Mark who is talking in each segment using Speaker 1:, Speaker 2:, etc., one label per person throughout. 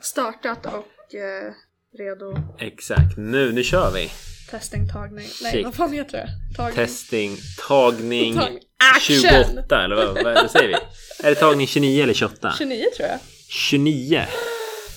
Speaker 1: startat och eh, redo.
Speaker 2: Exakt, nu, nu kör vi!
Speaker 1: Testing, tagning. Nej,
Speaker 2: Shit.
Speaker 1: vad fan heter det? Tagning.
Speaker 2: Testing, tagning
Speaker 1: Tag-
Speaker 2: 28 eller vad, vad, vad säger vi? Är det tagning 29 eller 28?
Speaker 1: 29 tror jag.
Speaker 2: 29!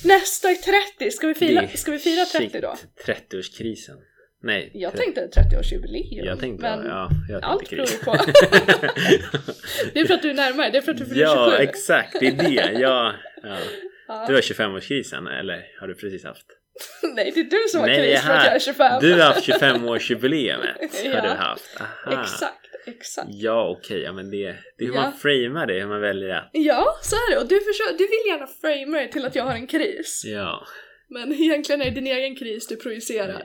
Speaker 1: Nästa är 30! Ska vi fira,
Speaker 2: Det-
Speaker 1: ska vi fira 30
Speaker 2: Shit,
Speaker 1: då?
Speaker 2: 30-årskrisen. Nej.
Speaker 1: Jag
Speaker 2: tre-
Speaker 1: tänkte 30-årsjubileum.
Speaker 2: Jag tänkte,
Speaker 1: men
Speaker 2: ja, jag tänkte
Speaker 1: allt beror ju
Speaker 2: kris.
Speaker 1: på. det är för att du är närmare, det är för att du fyller
Speaker 2: ja,
Speaker 1: 27.
Speaker 2: exakt, det är det. Ja, ja.
Speaker 1: Ja.
Speaker 2: Du har 25-årskrisen, eller har du precis haft?
Speaker 1: Nej, det är du som har
Speaker 2: Nej,
Speaker 1: kris för att jag är 25.
Speaker 2: Du har haft 25-årsjubileumet.
Speaker 1: Ja.
Speaker 2: Har du haft. Aha.
Speaker 1: Exakt, exakt.
Speaker 2: Ja, okej, ja, men det, det är hur
Speaker 1: Ja.
Speaker 2: man framar det, hur man väljer att...
Speaker 1: Ja, så är det. Och du, försöker, du vill gärna framea det till att jag har en kris.
Speaker 2: Ja,
Speaker 1: Men egentligen är det din egen kris du projicerar.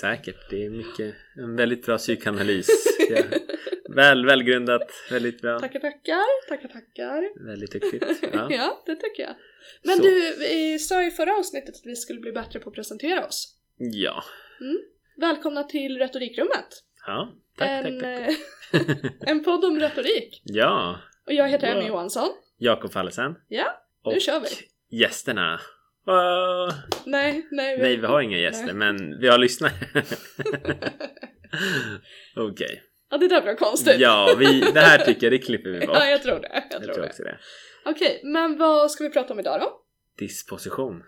Speaker 2: säkert. Det är mycket, en väldigt bra psykoanalys. Ja. Väl, välgrundat, väldigt bra.
Speaker 1: Tackar, tackar, tackar, tackar.
Speaker 2: Väldigt duktigt. Ja.
Speaker 1: Ja, det tycker jag. Men
Speaker 2: Så.
Speaker 1: du eh, sa i förra avsnittet att vi skulle bli bättre på att presentera oss.
Speaker 2: ja.
Speaker 1: Välkomna till Retorikrummet!
Speaker 2: Ja, tack, tack,
Speaker 1: en,
Speaker 2: tack.
Speaker 1: eh, en podd om retorik.
Speaker 2: Ja,
Speaker 1: Och jag heter Emmy
Speaker 2: Wow.
Speaker 1: Johansson.
Speaker 2: Jakob Fallesen.
Speaker 1: Ja,
Speaker 2: och
Speaker 1: nu kör vi.
Speaker 2: gästerna. Åh,
Speaker 1: Nej, nej.
Speaker 2: nej, vi har inga gäster,
Speaker 1: Nej.
Speaker 2: men vi har lyssnare. Okej.
Speaker 1: Ja, det där blev konstigt.
Speaker 2: Ja, vi, det här tycker jag, det klipper vi bort.
Speaker 1: Ja, jag tror det.
Speaker 2: Jag
Speaker 1: Jag tror
Speaker 2: tror
Speaker 1: det.
Speaker 2: också det.
Speaker 1: Okej, men vad ska vi prata om idag då?
Speaker 2: Disposition.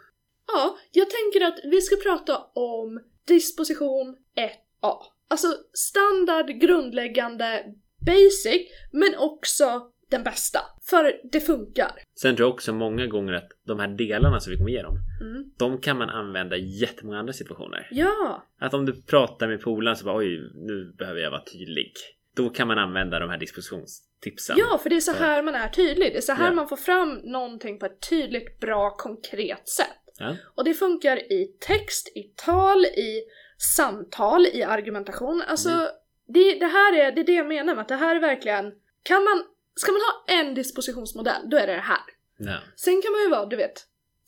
Speaker 1: Ja, jag tänker att vi ska prata om disposition 1A. Alltså standard, grundläggande, basic, men också den bästa. För det funkar.
Speaker 2: Sen tror jag också många gånger att de här delarna som vi kommer igenom,
Speaker 1: Mm.
Speaker 2: de kan man använda i jättemånga andra situationer.
Speaker 1: Ja,
Speaker 2: Att om du pratar med polaren så bara oj, nu behöver jag vara tydlig. Då kan man använda de här dispositionstipsen.
Speaker 1: ja, för det är så här man är tydlig. Det är så här
Speaker 2: Ja.
Speaker 1: man får fram någonting på ett tydligt, bra, konkret sätt.
Speaker 2: Ja.
Speaker 1: Och det funkar i text, i tal, i samtal, i argumentation. Alltså,
Speaker 2: Mm.
Speaker 1: det, det här är det, är det jag menar med att det här är verkligen... Kan man, ska man ha en dispositionsmodell, då är det det här.
Speaker 2: Ja.
Speaker 1: Sen kan man ju vara, du vet,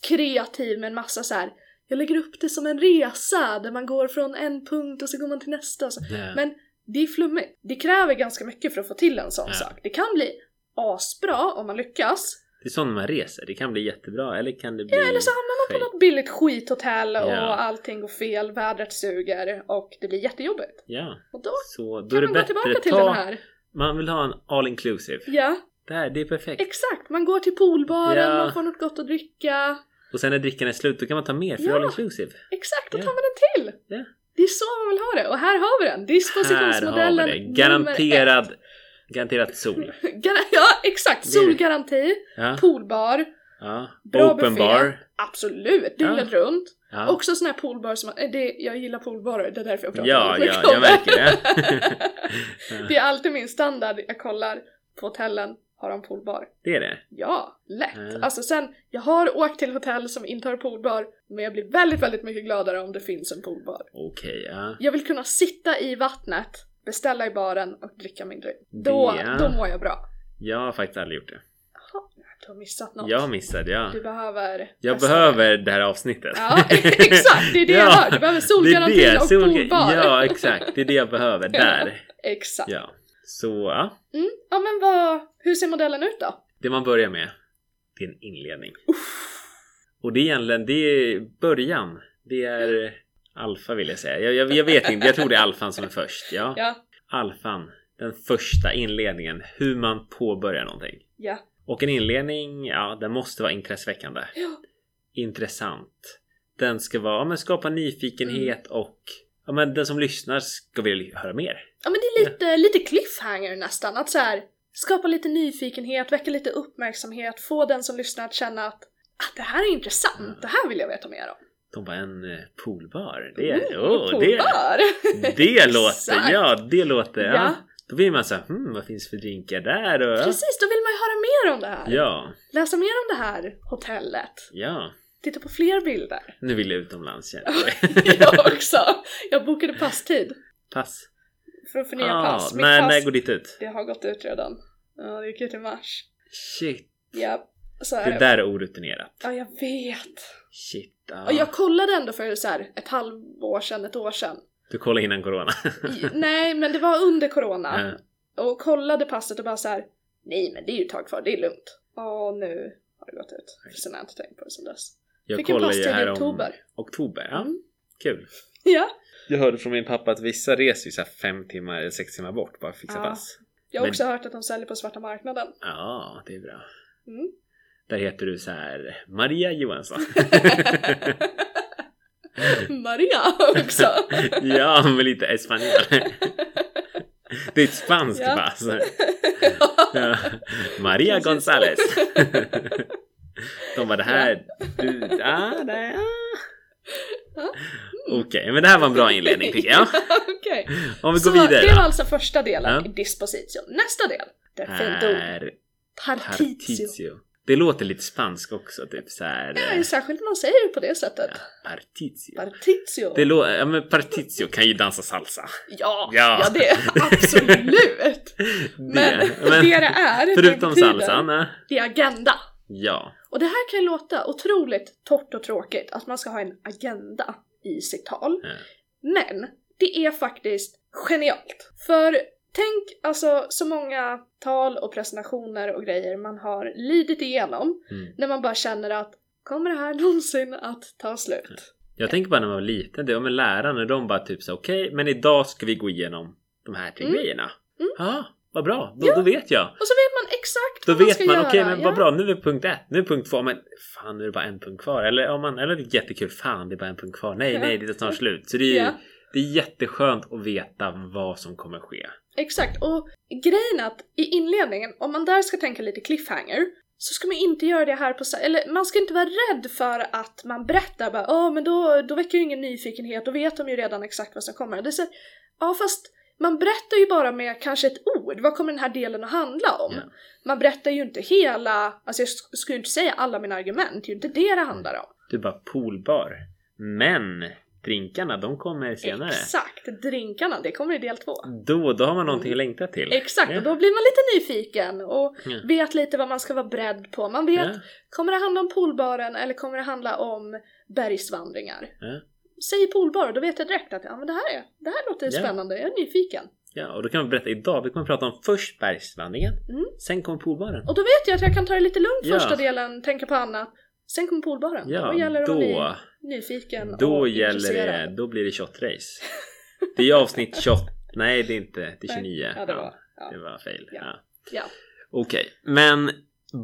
Speaker 1: kreativ med en massa så här. jag lägger upp det som en resa där man går från en punkt och så går man till nästa. och Så.
Speaker 2: Ja.
Speaker 1: Men det är flummigt. Det kräver ganska mycket för att få till en sån
Speaker 2: Ja.
Speaker 1: sak. Det kan bli asbra om man lyckas.
Speaker 2: Det är sådana man reser. Det kan bli jättebra eller kan det bli...
Speaker 1: Eller så hamnar man på
Speaker 2: skit.
Speaker 1: något billigt skithotell och
Speaker 2: Ja.
Speaker 1: allting går fel, vädret suger och det blir jättejobbigt.
Speaker 2: Ja,
Speaker 1: Och då
Speaker 2: så då
Speaker 1: kan
Speaker 2: är det
Speaker 1: man gå
Speaker 2: bättre
Speaker 1: tillbaka
Speaker 2: att
Speaker 1: till
Speaker 2: ta...
Speaker 1: den här.
Speaker 2: Man vill ha en all inclusive.
Speaker 1: Ja,
Speaker 2: Det här, det är perfekt.
Speaker 1: exakt. Man går till poolbaren,
Speaker 2: Ja.
Speaker 1: man får något gott att dricka.
Speaker 2: Och sen när drickan är slut, då kan man ta mer för
Speaker 1: Ja.
Speaker 2: all inclusive.
Speaker 1: Exakt, då
Speaker 2: Ja.
Speaker 1: tar man den till!
Speaker 2: Ja.
Speaker 1: Det är så man vill ha det och här har vi den!
Speaker 2: Här
Speaker 1: Dispositionsmodellen
Speaker 2: har vi det.
Speaker 1: nummer
Speaker 2: Garanterad, garanterad sol.
Speaker 1: ett. Gar- ja, exakt!
Speaker 2: Det är det.
Speaker 1: Solgaranti,
Speaker 2: Ja,
Speaker 1: poolbar,
Speaker 2: ja.
Speaker 1: Bra
Speaker 2: Open
Speaker 1: buffé.
Speaker 2: bar.
Speaker 1: absolut, dygnet runt.
Speaker 2: Ja.
Speaker 1: Också sån här poolbar som, eh, det, jag gillar poolbarer, det är därför jag pratar
Speaker 2: Ja,
Speaker 1: mycket
Speaker 2: ja, jag
Speaker 1: om det.
Speaker 2: märker det.
Speaker 1: Det är alltid min standard, jag kollar på hotellen, har de poolbar?
Speaker 2: Det är det.
Speaker 1: Ja, lätt!
Speaker 2: Mm.
Speaker 1: Alltså sen, jag har åkt till hotell som inte har poolbar, men jag blir väldigt, väldigt mycket gladare om det finns en poolbar.
Speaker 2: Okej, ja.
Speaker 1: Jag vill kunna sitta i vattnet, beställa i baren och dricka min drink. Då,
Speaker 2: Det-
Speaker 1: då mår jag bra.
Speaker 2: Jag har faktiskt aldrig gjort det.
Speaker 1: Jaha, du har missat något.
Speaker 2: Jag missade, ja.
Speaker 1: Du behöver...
Speaker 2: Jag
Speaker 1: testa
Speaker 2: behöver det här avsnittet.
Speaker 1: det. Ja, exakt! Det är det jag
Speaker 2: Ja,
Speaker 1: hör. Du behöver
Speaker 2: det
Speaker 1: solgaranti
Speaker 2: är det,
Speaker 1: och
Speaker 2: solga-
Speaker 1: poolbar.
Speaker 2: Ja, exakt. Det är det jag behöver.
Speaker 1: Ja.
Speaker 2: Där.
Speaker 1: Exakt.
Speaker 2: Ja. Så, ja.
Speaker 1: Mm. Ja men vad, hur ser modellen ut då?
Speaker 2: Det man börjar med, det är en inledning. Och det är egentligen, det är början. Det är alfa vill jag säga. Jag, jag, jag vet inte, jag tror det är alfan som är först. Ja.
Speaker 1: Ja,
Speaker 2: Alfan, den första inledningen. Hur man påbörjar någonting.
Speaker 1: ja,
Speaker 2: Och en inledning, ja, den måste vara intresseväckande.
Speaker 1: Ja.
Speaker 2: Intressant. Den ska vara, ja, men skapa nyfikenhet
Speaker 1: Mm.
Speaker 2: och ja, men den som lyssnar ska vilja höra mer.
Speaker 1: Ja men det är lite, lite cliffhanger nästan, att så här, skapa lite nyfikenhet, väcka lite uppmärksamhet, få den som lyssnar att känna att ah, det här är intressant,
Speaker 2: Mm.
Speaker 1: det här vill jag veta mer om.
Speaker 2: De var en eh, poolbar. Det,
Speaker 1: Mm,
Speaker 2: oh, det,
Speaker 1: poolbar.
Speaker 2: det
Speaker 1: Exakt.
Speaker 2: låter, ja det låter. Ja.
Speaker 1: Ja.
Speaker 2: Då blir man så här, hmm, vad finns för drinkar där? Och,
Speaker 1: Precis, då vill man ju höra mer om det här.
Speaker 2: ja,
Speaker 1: Läsa mer om det här hotellet.
Speaker 2: ja.
Speaker 1: Titta på fler bilder.
Speaker 2: Nu vill jag utomlands igen.
Speaker 1: jag också! Jag bokade passtid
Speaker 2: Pass. Ah,
Speaker 1: för att förnya pass. Mitt
Speaker 2: när,
Speaker 1: pass,
Speaker 2: när går ditt ut?
Speaker 1: det har gått ut redan. Ja, det gick ut i mars.
Speaker 2: Shit,
Speaker 1: Ja, så är
Speaker 2: det
Speaker 1: det.
Speaker 2: där är orutinerat.
Speaker 1: Ja, jag vet.
Speaker 2: Shit. ah. Ja.
Speaker 1: Och jag kollade ändå för så här, ett halvår sedan, ett år sedan.
Speaker 2: Du kollar innan corona.
Speaker 1: I- Nej, men det var under
Speaker 2: Ja.
Speaker 1: corona. Och kollade passet och bara så här. nej men det är ju ett tag kvar, det är lugnt. Ja, nu har det gått ut. Sen har jag inte tänkt på det sen dess.
Speaker 2: Jag
Speaker 1: Fick en
Speaker 2: kollar ju
Speaker 1: passtid
Speaker 2: här
Speaker 1: i
Speaker 2: om
Speaker 1: oktober.
Speaker 2: oktober. Ja, kul.
Speaker 1: Ja,
Speaker 2: Jag hörde från min pappa att vissa reser ju så här fem timmar eller sex timmar bort bara för att fixa
Speaker 1: Ja.
Speaker 2: pass.
Speaker 1: jag har
Speaker 2: Men-
Speaker 1: också hört att de säljer på svarta marknaden.
Speaker 2: Ja, det är bra.
Speaker 1: Mm.
Speaker 2: Där heter du så här Maria Johansson.
Speaker 1: Maria också!
Speaker 2: ja, men lite espanjol. det är ett spanskt
Speaker 1: Ja.
Speaker 2: pass. Ja. Maria
Speaker 1: Precis.
Speaker 2: González. De bara det här... Du, ah, det, ah.
Speaker 1: Ja.
Speaker 2: Okej, men det här var en bra inledning tycker jag.
Speaker 1: Okej.
Speaker 2: Om vi
Speaker 1: Så
Speaker 2: går vidare
Speaker 1: det var
Speaker 2: då.
Speaker 1: alltså första delen
Speaker 2: Ja.
Speaker 1: i dispositio. Nästa del, det är fint ord.
Speaker 2: Är
Speaker 1: Partitio.
Speaker 2: partitio. Det låter lite spanskt också, typ så här.
Speaker 1: Ja,
Speaker 2: eh,
Speaker 1: särskilt när man säger det på det sättet.
Speaker 2: Partitio.
Speaker 1: Partitio.
Speaker 2: Det lå- ja, men partitio kan ju dansa salsa.
Speaker 1: Ja,
Speaker 2: Ja.
Speaker 1: ja. det absolut! Men
Speaker 2: Det-
Speaker 1: det, det är,
Speaker 2: förutom
Speaker 1: det betyder-
Speaker 2: salsan. eh,
Speaker 1: det är agenda.
Speaker 2: Ja.
Speaker 1: Och det här kan låta otroligt torrt och tråkigt, att man ska ha en agenda i sitt tal.
Speaker 2: Ja.
Speaker 1: Men det är faktiskt genialt. För tänk alltså så många tal och presentationer och grejer man har lidit igenom
Speaker 2: Mm.
Speaker 1: när man bara känner att kommer det här någonsin att ta slut?
Speaker 2: Jag tänker bara när man var liten, det var med lärarna, de bara typ så okej, men idag ska vi gå igenom de här tre
Speaker 1: Mm.
Speaker 2: grejerna.
Speaker 1: Mm.
Speaker 2: Ja, vad bra, då, då vet jag.
Speaker 1: Och så vet man exakt
Speaker 2: Då
Speaker 1: vad man
Speaker 2: vet
Speaker 1: ska
Speaker 2: man,
Speaker 1: göra.
Speaker 2: okej men vad
Speaker 1: ja.
Speaker 2: bra, nu är vi på punkt ett, nu är punkt två, men fan nu är det bara en punkt kvar. Eller, om man, eller det är jättekul, fan det är bara en punkt kvar, nej
Speaker 1: Ja.
Speaker 2: nej det är snart slut. Så det är, ju-
Speaker 1: Ja.
Speaker 2: det är jätteskönt att veta vad som kommer ske.
Speaker 1: Exakt, och grejen är att i inledningen, om man där ska tänka lite cliffhanger, så ska man inte göra det här på sa- eller man ska inte vara rädd för att man berättar bara ja men då, då väcker ju ingen nyfikenhet, då vet de ju redan exakt vad som kommer. Det är så, här, ja fast man berättar ju bara med kanske ett ord, vad kommer den här delen att handla om?
Speaker 2: Ja.
Speaker 1: Man berättar ju inte hela, alltså jag sk- skulle ju inte säga alla mina argument, det är ju inte det det handlar om.
Speaker 2: Du är bara poolbar. Men drinkarna, de kommer senare.
Speaker 1: Exakt, drinkarna, det kommer i del två.
Speaker 2: Då, då har man någonting att längta till.
Speaker 1: Mm. Exakt,
Speaker 2: Ja.
Speaker 1: och då blir man lite nyfiken och
Speaker 2: Ja.
Speaker 1: vet lite vad man ska vara beredd på. Man vet,
Speaker 2: Ja.
Speaker 1: kommer det handla om poolbaren eller kommer det handla om bergsvandringar?
Speaker 2: Ja.
Speaker 1: Säg poolbar, då vet jag direkt att ja, men det, här är, det här låter
Speaker 2: Ja.
Speaker 1: spännande, jag är nyfiken.
Speaker 2: ja, och då kan vi berätta idag, vi kommer prata om först bergsvandringen,
Speaker 1: Mm.
Speaker 2: sen kommer poolbaren.
Speaker 1: Och då vet jag att jag kan ta det lite lugnt
Speaker 2: Ja.
Speaker 1: första delen, tänka på annat. Sen kommer poolbaren.
Speaker 2: Ja,
Speaker 1: då gäller det att
Speaker 2: då,
Speaker 1: vara ny, nyfiken
Speaker 2: då
Speaker 1: och
Speaker 2: gäller det,
Speaker 1: intresserad.
Speaker 2: då blir det shotrace. Det är avsnitt 28, nej det är inte, det är
Speaker 1: Nej.
Speaker 2: 29.
Speaker 1: Ja, det var. Ja.
Speaker 2: det var fail. Ja.
Speaker 1: Ja. Ja.
Speaker 2: Okej, men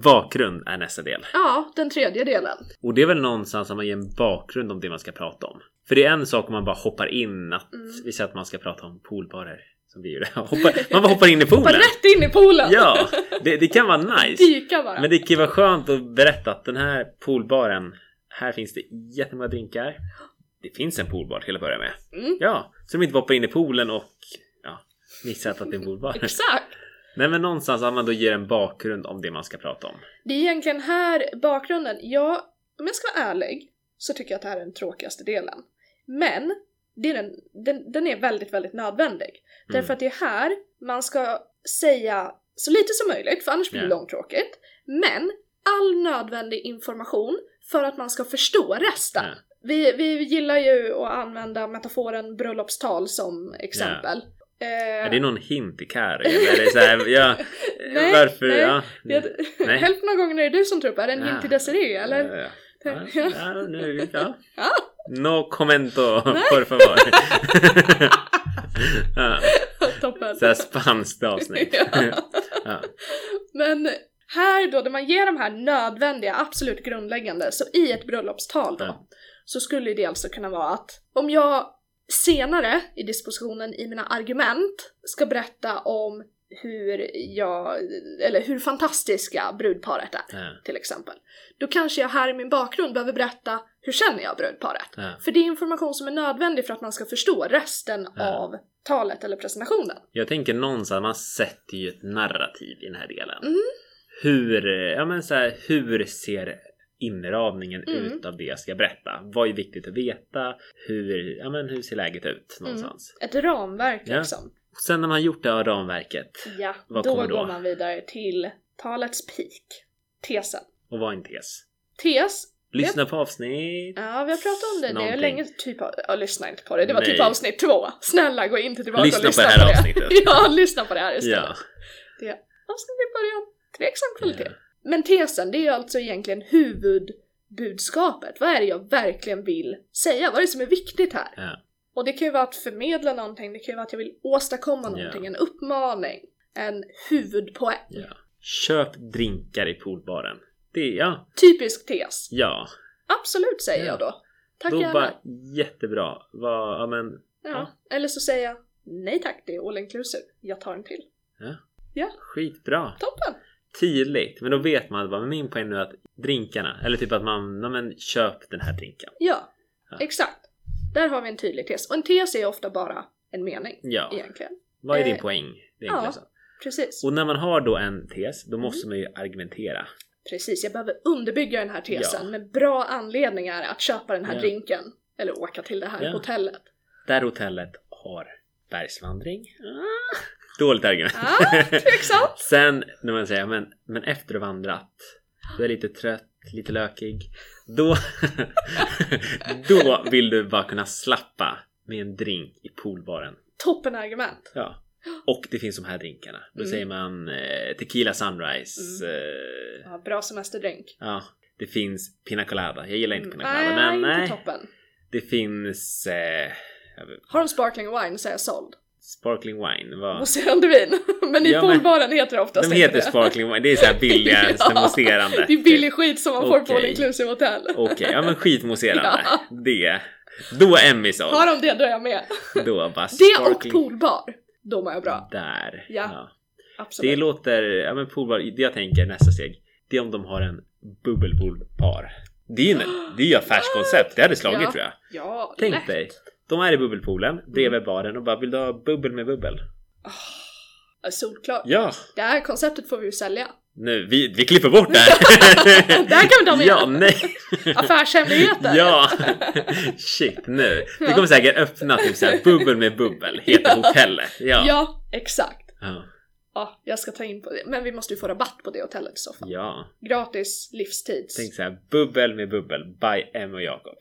Speaker 2: bakgrund är nästa del.
Speaker 1: ja, den tredje delen.
Speaker 2: Och det är väl någonstans att man ger en bakgrund om det man ska prata om. För det är en sak om man bara hoppar in att,
Speaker 1: Mm.
Speaker 2: vi säger att man ska prata om poolbarer. Som blir ju det. Hoppar, man bara hoppar in i poolen.
Speaker 1: Bara rätt in i poolen!
Speaker 2: Ja, det, det kan vara nice.
Speaker 1: Dyka bara.
Speaker 2: Men det kan ju vara skönt att berätta att den här poolbaren, här finns det jättemånga drinkar. Det finns en poolbar till att börja med.
Speaker 1: Mm.
Speaker 2: Ja, så de inte hoppar in i poolen och ja, missat att det är en poolbar.
Speaker 1: Exakt!
Speaker 2: Nej men någonstans att man då ger en bakgrund om det man ska prata om.
Speaker 1: Det är egentligen här bakgrunden, jag, om jag ska vara ärlig, så tycker jag att det här är den tråkigaste delen. Men det är den, den, den är väldigt, väldigt nödvändig.
Speaker 2: Mm.
Speaker 1: Därför att det är här man ska säga så lite som möjligt, för annars blir det
Speaker 2: Ja.
Speaker 1: långtråkigt. Men all nödvändig information för att man ska förstå resten.
Speaker 2: Ja.
Speaker 1: Vi, vi gillar ju att använda metaforen bröllopstal som exempel. Eh,
Speaker 2: Är det någon hint i Kari? Eller är det så här, ja,
Speaker 1: Nej,
Speaker 2: varför?
Speaker 1: nej,
Speaker 2: ja,
Speaker 1: det-
Speaker 2: Nej.
Speaker 1: Hälften av gångerna är det du som tror på, är det en
Speaker 2: Ja.
Speaker 1: hint till Desirée eller?
Speaker 2: Ja, ja.
Speaker 1: Ja.
Speaker 2: Ja, ja, nu, ja.
Speaker 1: Ja.
Speaker 2: No commento, por favor. ja,
Speaker 1: Toppen!
Speaker 2: Eh. så här spanskt avsnitt.
Speaker 1: Ja.
Speaker 2: ja.
Speaker 1: Men här då, där man ger de här nödvändiga, absolut grundläggande, så i ett bröllopstal då,
Speaker 2: Ja.
Speaker 1: så skulle det alltså kunna vara att om jag senare i dispositionen i mina argument ska berätta om hur jag, eller hur fantastiska brudparet är,
Speaker 2: Ja.
Speaker 1: till exempel. Då kanske jag här i min bakgrund behöver berätta hur känner jag brudparet?
Speaker 2: Ja.
Speaker 1: För det är information som är nödvändig för att man ska förstå resten
Speaker 2: Ja.
Speaker 1: av talet eller presentationen.
Speaker 2: Jag tänker någonstans, man sätter ju ett narrativ i den här delen.
Speaker 1: Mm.
Speaker 2: Hur, ja men så här, hur ser inramningen
Speaker 1: Mm.
Speaker 2: ut av det jag ska berätta? Vad är viktigt att veta? Hur, ja men hur ser läget ut
Speaker 1: Mm.
Speaker 2: någonstans?
Speaker 1: Ett ramverk
Speaker 2: Ja.
Speaker 1: liksom.
Speaker 2: Sen när man gjort det här ramverket,
Speaker 1: Ja,
Speaker 2: Vad
Speaker 1: då
Speaker 2: kommer då?
Speaker 1: går man vidare till talets peak. Tesen.
Speaker 2: och vad är en tes?
Speaker 1: Tes,
Speaker 2: Lyssna på avsnitt.
Speaker 1: ja vi har pratat om det, det
Speaker 2: Någonting.
Speaker 1: är länge typ av, ja lyssna inte på det, det var typ
Speaker 2: Nej.
Speaker 1: avsnitt två. Snälla gå inte tillbaka
Speaker 2: Lyssna på
Speaker 1: och lyssna
Speaker 2: det här
Speaker 1: på
Speaker 2: avsnittet.
Speaker 1: ja, lyssna på det här istället.
Speaker 2: Ja.
Speaker 1: Avsnitt i början, tveksam kvalitet.
Speaker 2: Ja.
Speaker 1: Men tesen, det är ju alltså egentligen huvud budskapet. Vad är det jag verkligen vill säga? Vad är det som är viktigt här?
Speaker 2: Ja.
Speaker 1: Och det kan ju vara att förmedla någonting, det kan ju vara att jag vill åstadkomma någonting,
Speaker 2: Ja.
Speaker 1: en uppmaning, en huvudpoäng.
Speaker 2: Ja. Köp drinkar i poolbaren. Det är, ja,
Speaker 1: Typisk tes.
Speaker 2: ja.
Speaker 1: Absolut säger
Speaker 2: Ja.
Speaker 1: jag då. Tack
Speaker 2: då
Speaker 1: gärna.
Speaker 2: bara jättebra. Vad, ja men,
Speaker 1: ja.
Speaker 2: ja.
Speaker 1: Eller så säger jag nej tack, det är all inclusive. Jag tar en till.
Speaker 2: skitbra.
Speaker 1: Toppen!
Speaker 2: Tydligt. Men då vet man vad min poäng nu är att drinkarna, eller typ att man, ja men köp den här drinken.
Speaker 1: Ja,
Speaker 2: Ja.
Speaker 1: exakt. Där har vi en tydlig tes. Och en tes är ofta bara en mening
Speaker 2: Ja.
Speaker 1: egentligen.
Speaker 2: Vad är din
Speaker 1: Eh,
Speaker 2: poäng? Det är
Speaker 1: ja.
Speaker 2: enklare så.
Speaker 1: Precis.
Speaker 2: Och när man har då en tes, då måste man ju argumentera.
Speaker 1: Precis, jag behöver underbygga den här tesen
Speaker 2: Ja.
Speaker 1: med bra anledningar att köpa den här
Speaker 2: Ja.
Speaker 1: drinken. Eller åka till det här
Speaker 2: Ja.
Speaker 1: hotellet.
Speaker 2: Där hotellet har bergsvandring. Ah, Dåligt argument.
Speaker 1: Ah, tveksamt!
Speaker 2: Sen när man säger men, men efter att ha vandrat, du är lite trött, lite lökig. Då, då vill du bara kunna slappa med en drink i poolbaren.
Speaker 1: Toppen argument.
Speaker 2: Ja. Och det finns de här drinkarna. Då
Speaker 1: Mm.
Speaker 2: säger man eh, tequila sunrise. Eh,
Speaker 1: Ja, bra semesterdrink.
Speaker 2: ja. Det finns pina colada. Jag gillar inte pina colada
Speaker 1: Mm. nej,
Speaker 2: men
Speaker 1: inte
Speaker 2: nej.
Speaker 1: toppen.
Speaker 2: Det finns eh, jag vet-
Speaker 1: Har de sparkling wine så är jag såld.
Speaker 2: sparkling wine. Vad?
Speaker 1: Mousserande vin. Men i
Speaker 2: Ja, men-
Speaker 1: poolbaren heter det oftast
Speaker 2: De
Speaker 1: inte
Speaker 2: heter
Speaker 1: det.
Speaker 2: sparkling wine. Det är så här billiga
Speaker 1: Ja,
Speaker 2: mousserande.
Speaker 1: Det är billig skit som man får på all
Speaker 2: Okej.
Speaker 1: inclusive hotell.
Speaker 2: Okej, ja men skitmousserande.
Speaker 1: Ja.
Speaker 2: Det. Då är Emmy såld.
Speaker 1: Har de det då är jag med.
Speaker 2: Då bara
Speaker 1: Det och
Speaker 2: sparkling-
Speaker 1: poolbar. Då mår jag bra.
Speaker 2: Där.
Speaker 1: Ja,
Speaker 2: Det
Speaker 1: Absolut.
Speaker 2: låter, ja men poolbar, det jag tänker nästa steg. Det är om de har en bubbelpoolbar. Det är ju en- det är ju affärskoncept, det hade slagit
Speaker 1: Ja.
Speaker 2: tror jag.
Speaker 1: ja,
Speaker 2: Tänk
Speaker 1: lätt.
Speaker 2: dig. De är i bubbelpoolen bredvid baren och bara vill du ha bubbel med bubbel?
Speaker 1: Ja, Solklart.
Speaker 2: Ja,
Speaker 1: Det här konceptet får vi ju sälja.
Speaker 2: nu, vi, vi klipper bort det här.
Speaker 1: Där kan vi ta med.
Speaker 2: Ja, nej.
Speaker 1: Affärshemligheter!
Speaker 2: Ja, shit nu. Det kommer säkert öppna typ såhär bubbel med bubbel heter
Speaker 1: Ja.
Speaker 2: hotellet. Ja. Ja.
Speaker 1: ja, exakt.
Speaker 2: Ja.
Speaker 1: Ja, jag ska ta in på det. Men vi måste ju få rabatt på det hotellet i så fall. Gratis livstids.
Speaker 2: Tänk såhär bubbel med bubbel by Emma och Jakob.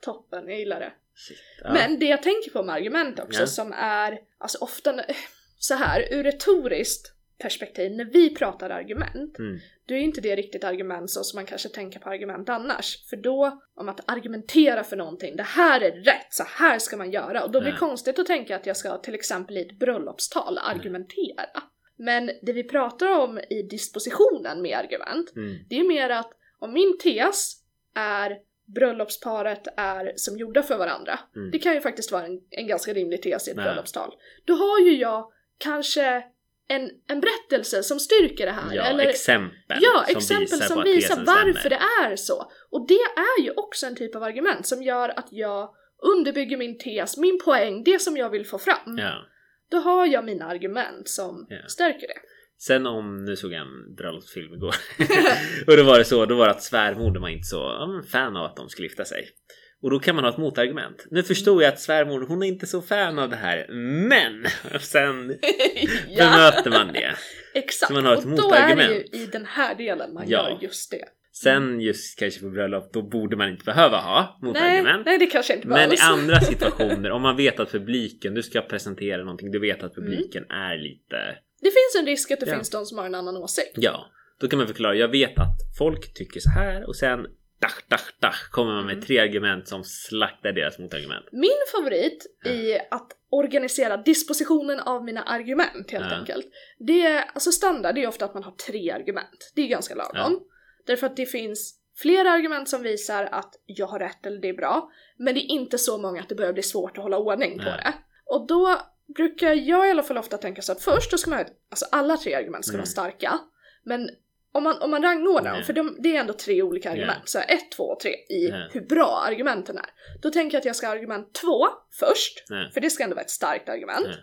Speaker 1: Toppen, jag gillar det.
Speaker 2: Shit. Ja.
Speaker 1: Men det jag tänker på med argument också
Speaker 2: Ja.
Speaker 1: som är, alltså ofta n- så här ur retoriskt perspektiv, när vi pratar argument,
Speaker 2: Mm.
Speaker 1: då är inte det riktigt argument så som man kanske tänker på argument annars. För då, om att argumentera för någonting, det här är rätt, så här ska man göra. Och då blir det
Speaker 2: Ja.
Speaker 1: konstigt att tänka att jag ska till exempel i ett bröllopstal argumentera. Men det vi pratar om i dispositionen med argument,
Speaker 2: Mm.
Speaker 1: det är mer att om min tes är bröllopsparet är som gjorda för varandra.
Speaker 2: Mm.
Speaker 1: Det kan ju faktiskt vara en, en ganska rimlig tes i ett
Speaker 2: Ja.
Speaker 1: bröllopstal. Då har ju jag kanske en, en berättelse som styrker det här.
Speaker 2: Ja,
Speaker 1: eller,
Speaker 2: exempel.
Speaker 1: ja,
Speaker 2: som
Speaker 1: exempel
Speaker 2: visar på
Speaker 1: som
Speaker 2: att
Speaker 1: visar
Speaker 2: tesen
Speaker 1: varför
Speaker 2: stämmer.
Speaker 1: det är så. Och det är ju också en typ av argument som gör att jag underbygger min tes, min poäng, det Mm. som jag vill få fram.
Speaker 2: Ja.
Speaker 1: Då har jag mina argument som
Speaker 2: Ja.
Speaker 1: stärker det.
Speaker 2: Sen om, nu såg jag en bröllopsfilm igår. och då var det så, då var det att svärmodern var inte så ja, men fan av att de skulle lyfta sig. Och då kan man ha ett motargument. Nu förstod jag att svärmodern, hon är inte så fan av det här. Men! Sen bemöter man det.
Speaker 1: Exakt,
Speaker 2: Så man har ett
Speaker 1: och då är det
Speaker 2: motargument.
Speaker 1: ju i den här delen man
Speaker 2: Ja.
Speaker 1: gör just det.
Speaker 2: Sen just kanske på bröllop, då borde man inte behöva ha
Speaker 1: Nej,
Speaker 2: motargument.
Speaker 1: nej, Alltså- det kanske inte
Speaker 2: Men i
Speaker 1: behövs.
Speaker 2: andra situationer, om man vet att publiken, du ska presentera någonting, du vet att publiken
Speaker 1: Mm.
Speaker 2: är lite
Speaker 1: Det finns en risk att det
Speaker 2: Ja.
Speaker 1: finns de som har en annan åsikt.
Speaker 2: Ja, då kan man förklara. Jag vet att folk tycker så här och sen dach, dach, dach kommer man med
Speaker 1: Mm.
Speaker 2: tre argument som slaktar deras motargument.
Speaker 1: Min favorit i att organisera dispositionen av mina argument helt
Speaker 2: Ja.
Speaker 1: enkelt. Det är, alltså standard, det är ofta att man har tre argument. Det är ganska lagom. Därför att det finns flera argument som visar att jag har rätt eller det är bra. Men det är inte så många att det börjar bli svårt att hålla ordning på
Speaker 2: Nej.
Speaker 1: det. Och då brukar jag i alla fall ofta tänka så att först då ska man ha ett- alltså alla tre argument ska
Speaker 2: Mm.
Speaker 1: vara starka. Men om man, om man rangordnar dem,
Speaker 2: Ja.
Speaker 1: för de, det är ändå tre olika
Speaker 2: Ja.
Speaker 1: argument, så här, ett, två och tre i
Speaker 2: Ja.
Speaker 1: hur bra argumenten är. Då tänker jag att jag ska ha argument två först,
Speaker 2: Ja.
Speaker 1: för det ska ändå vara ett starkt argument.
Speaker 2: Ja.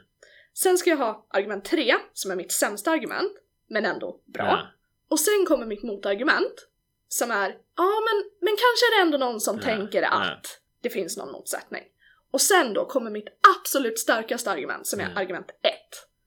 Speaker 1: Sen ska jag ha argument tre, som är mitt sämsta argument, men ändå bra.
Speaker 2: Ja.
Speaker 1: Och sen kommer mitt motargument som är ja men, men kanske är det ändå någon som
Speaker 2: Ja,
Speaker 1: tänker
Speaker 2: ja.
Speaker 1: att det finns någon motsättning. Och sen då kommer mitt absolut starkaste argument som är
Speaker 2: Ja.
Speaker 1: argument 1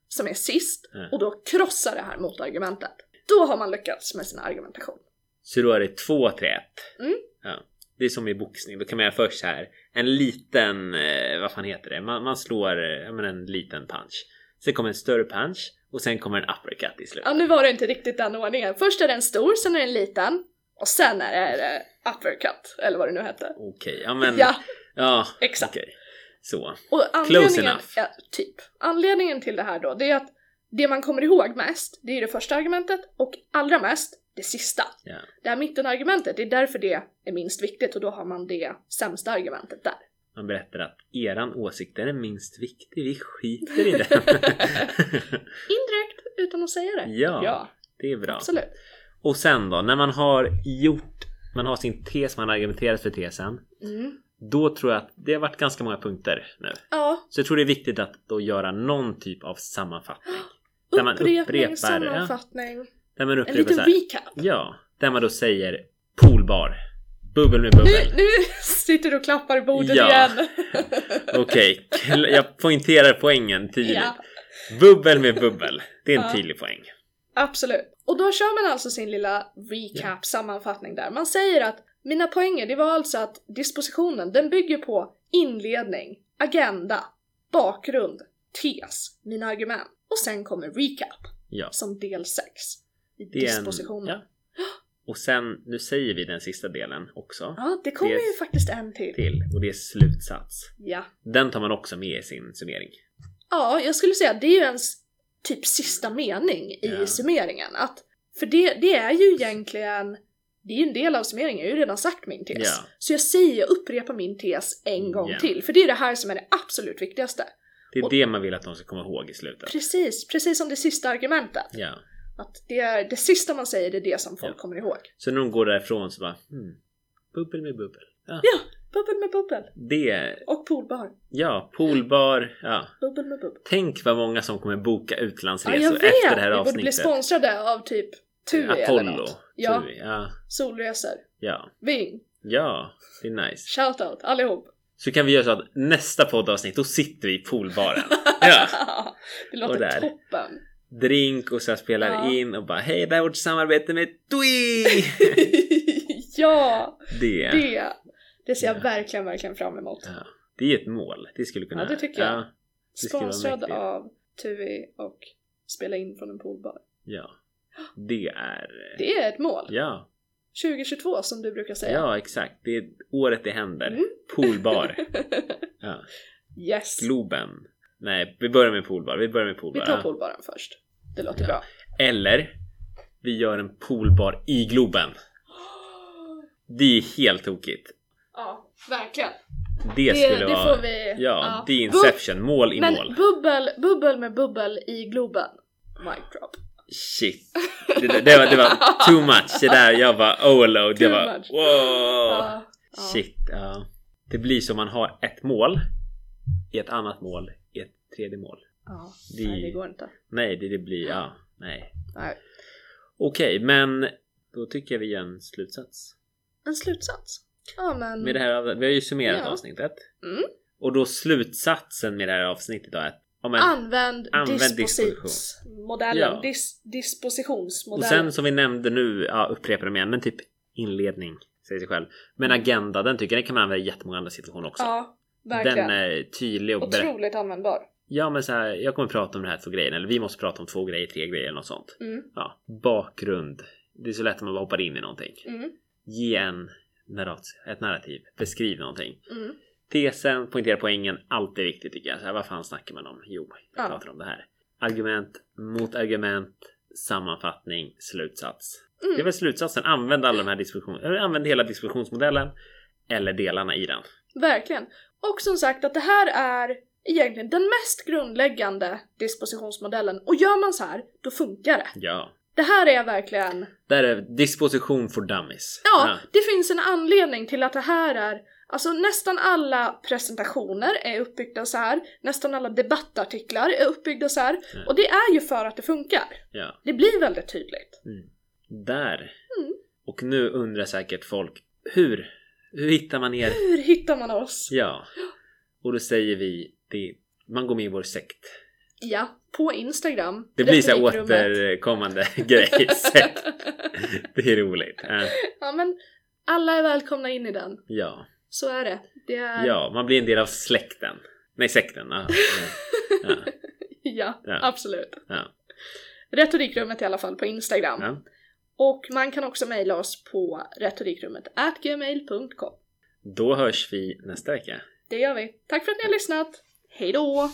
Speaker 1: som är sist
Speaker 2: Ja.
Speaker 1: och då krossar det här motargumentet. Då har man lyckats med sin argumentation.
Speaker 2: Så då är det två, tre, ett.
Speaker 1: Mm.
Speaker 2: Ja. Det är som i boxning, då kan man göra först så här en liten, eh, vad fan heter det, man, man slår eh, ja, men en liten punch. Sen kommer en större punch och sen kommer en uppercut i slutet.
Speaker 1: Ja nu var det inte riktigt den ordningen. Först är det en stor, sen är det en liten Och sen är det uppercut, eller vad det nu hette.
Speaker 2: Okej, ja men...
Speaker 1: Ja,
Speaker 2: ja
Speaker 1: exakt.
Speaker 2: okej. Så.
Speaker 1: Och anledningen,
Speaker 2: enough.
Speaker 1: ja, typ. anledningen till det här då, det är att det man kommer ihåg mest, det är det första argumentet och allra mest det sista.
Speaker 2: Ja.
Speaker 1: Det här mittenargumentet, det är därför det är minst viktigt och då har man det sämsta argumentet där.
Speaker 2: Man berättar att eran åsikt är den minst viktig, vi skiter i den.
Speaker 1: Indirekt utan att säga det.
Speaker 2: Ja. det är bra.
Speaker 1: absolut.
Speaker 2: Och sen då, när man har gjort, man har sin tes, man har argumenterat för tesen.
Speaker 1: Mm.
Speaker 2: Då tror jag att det har varit ganska många punkter nu.
Speaker 1: Ja,
Speaker 2: Så jag tror det är viktigt att då göra någon typ av sammanfattning. Där man
Speaker 1: upprepning,
Speaker 2: upprepar,
Speaker 1: sammanfattning,
Speaker 2: Där man
Speaker 1: en
Speaker 2: upprepar så
Speaker 1: liten
Speaker 2: här.
Speaker 1: recap.
Speaker 2: Ja, där man då säger poolbar. Bubbel med bubbel.
Speaker 1: Nu, nu sitter du och klappar i bordet
Speaker 2: Ja.
Speaker 1: igen.
Speaker 2: Okej, kl- jag poängterar poängen tydligt.
Speaker 1: ja,
Speaker 2: Bubbel med bubbel. Det är en
Speaker 1: Ja.
Speaker 2: tydlig poäng.
Speaker 1: absolut. Och då kör man alltså sin lilla recap, sammanfattning där. Man säger att mina poänger, det var alltså att dispositionen, den bygger på inledning, agenda, bakgrund, tes, mina argument. Och sen kommer recap
Speaker 2: Ja,
Speaker 1: som del 6 i
Speaker 2: det är en,
Speaker 1: dispositionen.
Speaker 2: ja. Och sen, nu säger vi den sista delen också.
Speaker 1: Ja, det kommer
Speaker 2: Det-
Speaker 1: ju faktiskt en till.
Speaker 2: Till, och det är slutsats.
Speaker 1: Ja.
Speaker 2: Den tar man också med i sin summering.
Speaker 1: ja, jag skulle säga att det är ju ens typ sista mening i
Speaker 2: Ja.
Speaker 1: summeringen. Att, för det, det är ju egentligen, det är ju en del av summeringen, jag har ju redan sagt min tes.
Speaker 2: Ja.
Speaker 1: Så jag säger, jag upprepar min tes en gång
Speaker 2: Ja.
Speaker 1: till, för det är det här som är det absolut viktigaste.
Speaker 2: Det är
Speaker 1: Och-
Speaker 2: det man vill att de ska komma ihåg i slutet.
Speaker 1: Precis, precis som det sista argumentet.
Speaker 2: Ja.
Speaker 1: Att det, är, det sista man säger, det är det som folk
Speaker 2: Ja.
Speaker 1: kommer ihåg.
Speaker 2: Så när de går därifrån så bara, hmm, bubbel med bubbel. Ja,
Speaker 1: Ja. Bubbel med bubbel.
Speaker 2: det,
Speaker 1: Och poolbar.
Speaker 2: ja, poolbar, ja.
Speaker 1: Bubbel med bubbel.
Speaker 2: Tänk vad många som kommer boka
Speaker 1: Ja, jag
Speaker 2: utlandsresor
Speaker 1: vet!
Speaker 2: efter det här
Speaker 1: Vi borde bli
Speaker 2: avsnittet.
Speaker 1: sponsrade av typ Tui eller
Speaker 2: Apollo.
Speaker 1: något. Ja,
Speaker 2: Tui, ja.
Speaker 1: solresor.
Speaker 2: Ja.
Speaker 1: Ving.
Speaker 2: Ja, det är nice.
Speaker 1: Shoutout allihop!
Speaker 2: Så kan vi göra så att nästa poddavsnitt, då sitter vi i poolbaren. Ja.
Speaker 1: det
Speaker 2: Och där.
Speaker 1: låter toppen!
Speaker 2: Drink och så här spelar
Speaker 1: Ja.
Speaker 2: in och bara hej, det här är vårt samarbete med Tui!
Speaker 1: ja,
Speaker 2: Det.
Speaker 1: det! Det ser jag
Speaker 2: Ja.
Speaker 1: verkligen, verkligen fram emot.
Speaker 2: Ja. Det är ett mål. Det skulle kunna...
Speaker 1: Ja, det tycker jag.
Speaker 2: Ja, det skulle vara
Speaker 1: Sponsrad
Speaker 2: mäktigt.
Speaker 1: av Tui och spela in från en poolbar.
Speaker 2: ja. Det är...
Speaker 1: Det är ett mål!
Speaker 2: Ja,
Speaker 1: 2022 som du brukar säga.
Speaker 2: ja exakt. Det är året det händer.
Speaker 1: Mm.
Speaker 2: Poolbar. Ja.
Speaker 1: yes!
Speaker 2: Globen. Nej, vi börjar med poolbar. Vi börjar med
Speaker 1: Vi
Speaker 2: poolbar.
Speaker 1: tar
Speaker 2: Ja.
Speaker 1: poolbaren först. Det låter
Speaker 2: Ja.
Speaker 1: bra.
Speaker 2: Eller, vi gör en poolbar i Globen. Det är helt tokigt.
Speaker 1: Ja, verkligen.
Speaker 2: Det,
Speaker 1: Det,
Speaker 2: skulle
Speaker 1: det
Speaker 2: vara...
Speaker 1: får vi...
Speaker 2: Ja, det är Inception. Mål i
Speaker 1: Men
Speaker 2: mål.
Speaker 1: bubbel, bubbel med bubbel i Globen. Mic drop.
Speaker 2: Shit. Det, det, det, var, det var too much. Det där, jag var overload. Jag
Speaker 1: Too
Speaker 2: var
Speaker 1: much.
Speaker 2: wow.
Speaker 1: Ja, ja.
Speaker 2: Shit. Ja. Det blir som man har ett mål i ett annat mål i ett tredje mål.
Speaker 1: Ja,
Speaker 2: Det-
Speaker 1: Nej, det går inte.
Speaker 2: Nej, det, det blir... Ja, nej.
Speaker 1: Nej.
Speaker 2: Okej, men då tycker jag vi gör en slutsats.
Speaker 1: En slutsats. Ja men...
Speaker 2: Med det här, av- vi har ju summerat
Speaker 1: Mm. Ja.
Speaker 2: avsnittet.
Speaker 1: Mm.
Speaker 2: Och då slutsatsen med det här avsnittet då är att ja, men,
Speaker 1: Ah, Använd,
Speaker 2: Använd
Speaker 1: dispositionsmodellen.
Speaker 2: Ja.
Speaker 1: Dis,
Speaker 2: Och
Speaker 1: dispositionsmodellen.
Speaker 2: sen som vi nämnde nu, ja, upprepar de igen, men typ inledning säger sig själv. Men agenda, den tycker jag den kan man använda i jättemånga andra situationer också.
Speaker 1: Mm. Ja, verkligen.
Speaker 2: den eh, är tydlig och ber-
Speaker 1: Otroligt användbar.
Speaker 2: Ja men så här, jag kommer prata om den här två grejerna, eller vi måste prata om två grejer, tre grejer eller något sånt.
Speaker 1: Mm,
Speaker 2: Ja, bakgrund. Det är så lätt att man bara hoppar in i någonting.
Speaker 1: mm,
Speaker 2: Ge en narrat- ett narrativ, beskriv någonting.
Speaker 1: mm.
Speaker 2: Tesen, poängtera poängen, allt är viktigt tycker jag. Så här, vad fan snackar man om? Jo, jag
Speaker 1: Ja.
Speaker 2: pratar om det här. Argument, motargument, sammanfattning, slutsats. Det är
Speaker 1: Mm.
Speaker 2: väl slutsatsen. Använd alla de här diskussion- eller använd hela diskussionsmodellen eller delarna i den.
Speaker 1: Verkligen. Och som sagt att det här är egentligen den mest grundläggande dispositionsmodellen. Och gör man så här, då funkar det.
Speaker 2: Ja,
Speaker 1: Det här är verkligen
Speaker 2: där är disposition för dummies.
Speaker 1: Ja, det finns en anledning till att det här är Alltså nästan alla presentationer är uppbyggda så här. nästan alla debattartiklar är uppbyggda så här.
Speaker 2: Ja.
Speaker 1: och det är ju för att det funkar.
Speaker 2: ja.
Speaker 1: Det blir väldigt tydligt.
Speaker 2: Mm. Där.
Speaker 1: Mm.
Speaker 2: Och nu undrar säkert folk hur? Hur hittar man er?
Speaker 1: Hur hittar man oss?
Speaker 2: Ja. Och då säger vi det, man går med i vår sekt.
Speaker 1: Ja, på Instagram.
Speaker 2: Det blir så här
Speaker 1: Retorikrummet.
Speaker 2: återkommande grej. Sekt. Det är roligt. Eh,
Speaker 1: ja men alla är välkomna in i den.
Speaker 2: Ja.
Speaker 1: Så är det. Det är...
Speaker 2: ja, man blir en del av släkten. Nej, sekten. Ja. Ja.
Speaker 1: ja,
Speaker 2: Ja.
Speaker 1: absolut.
Speaker 2: Ja.
Speaker 1: Retorikrummet i alla fall på Instagram.
Speaker 2: Ja.
Speaker 1: Och man kan också mejla oss på retorikrummet gmail.com.
Speaker 2: Då hörs vi nästa vecka.
Speaker 1: Det gör vi. Tack för att ni har lyssnat. Hej då!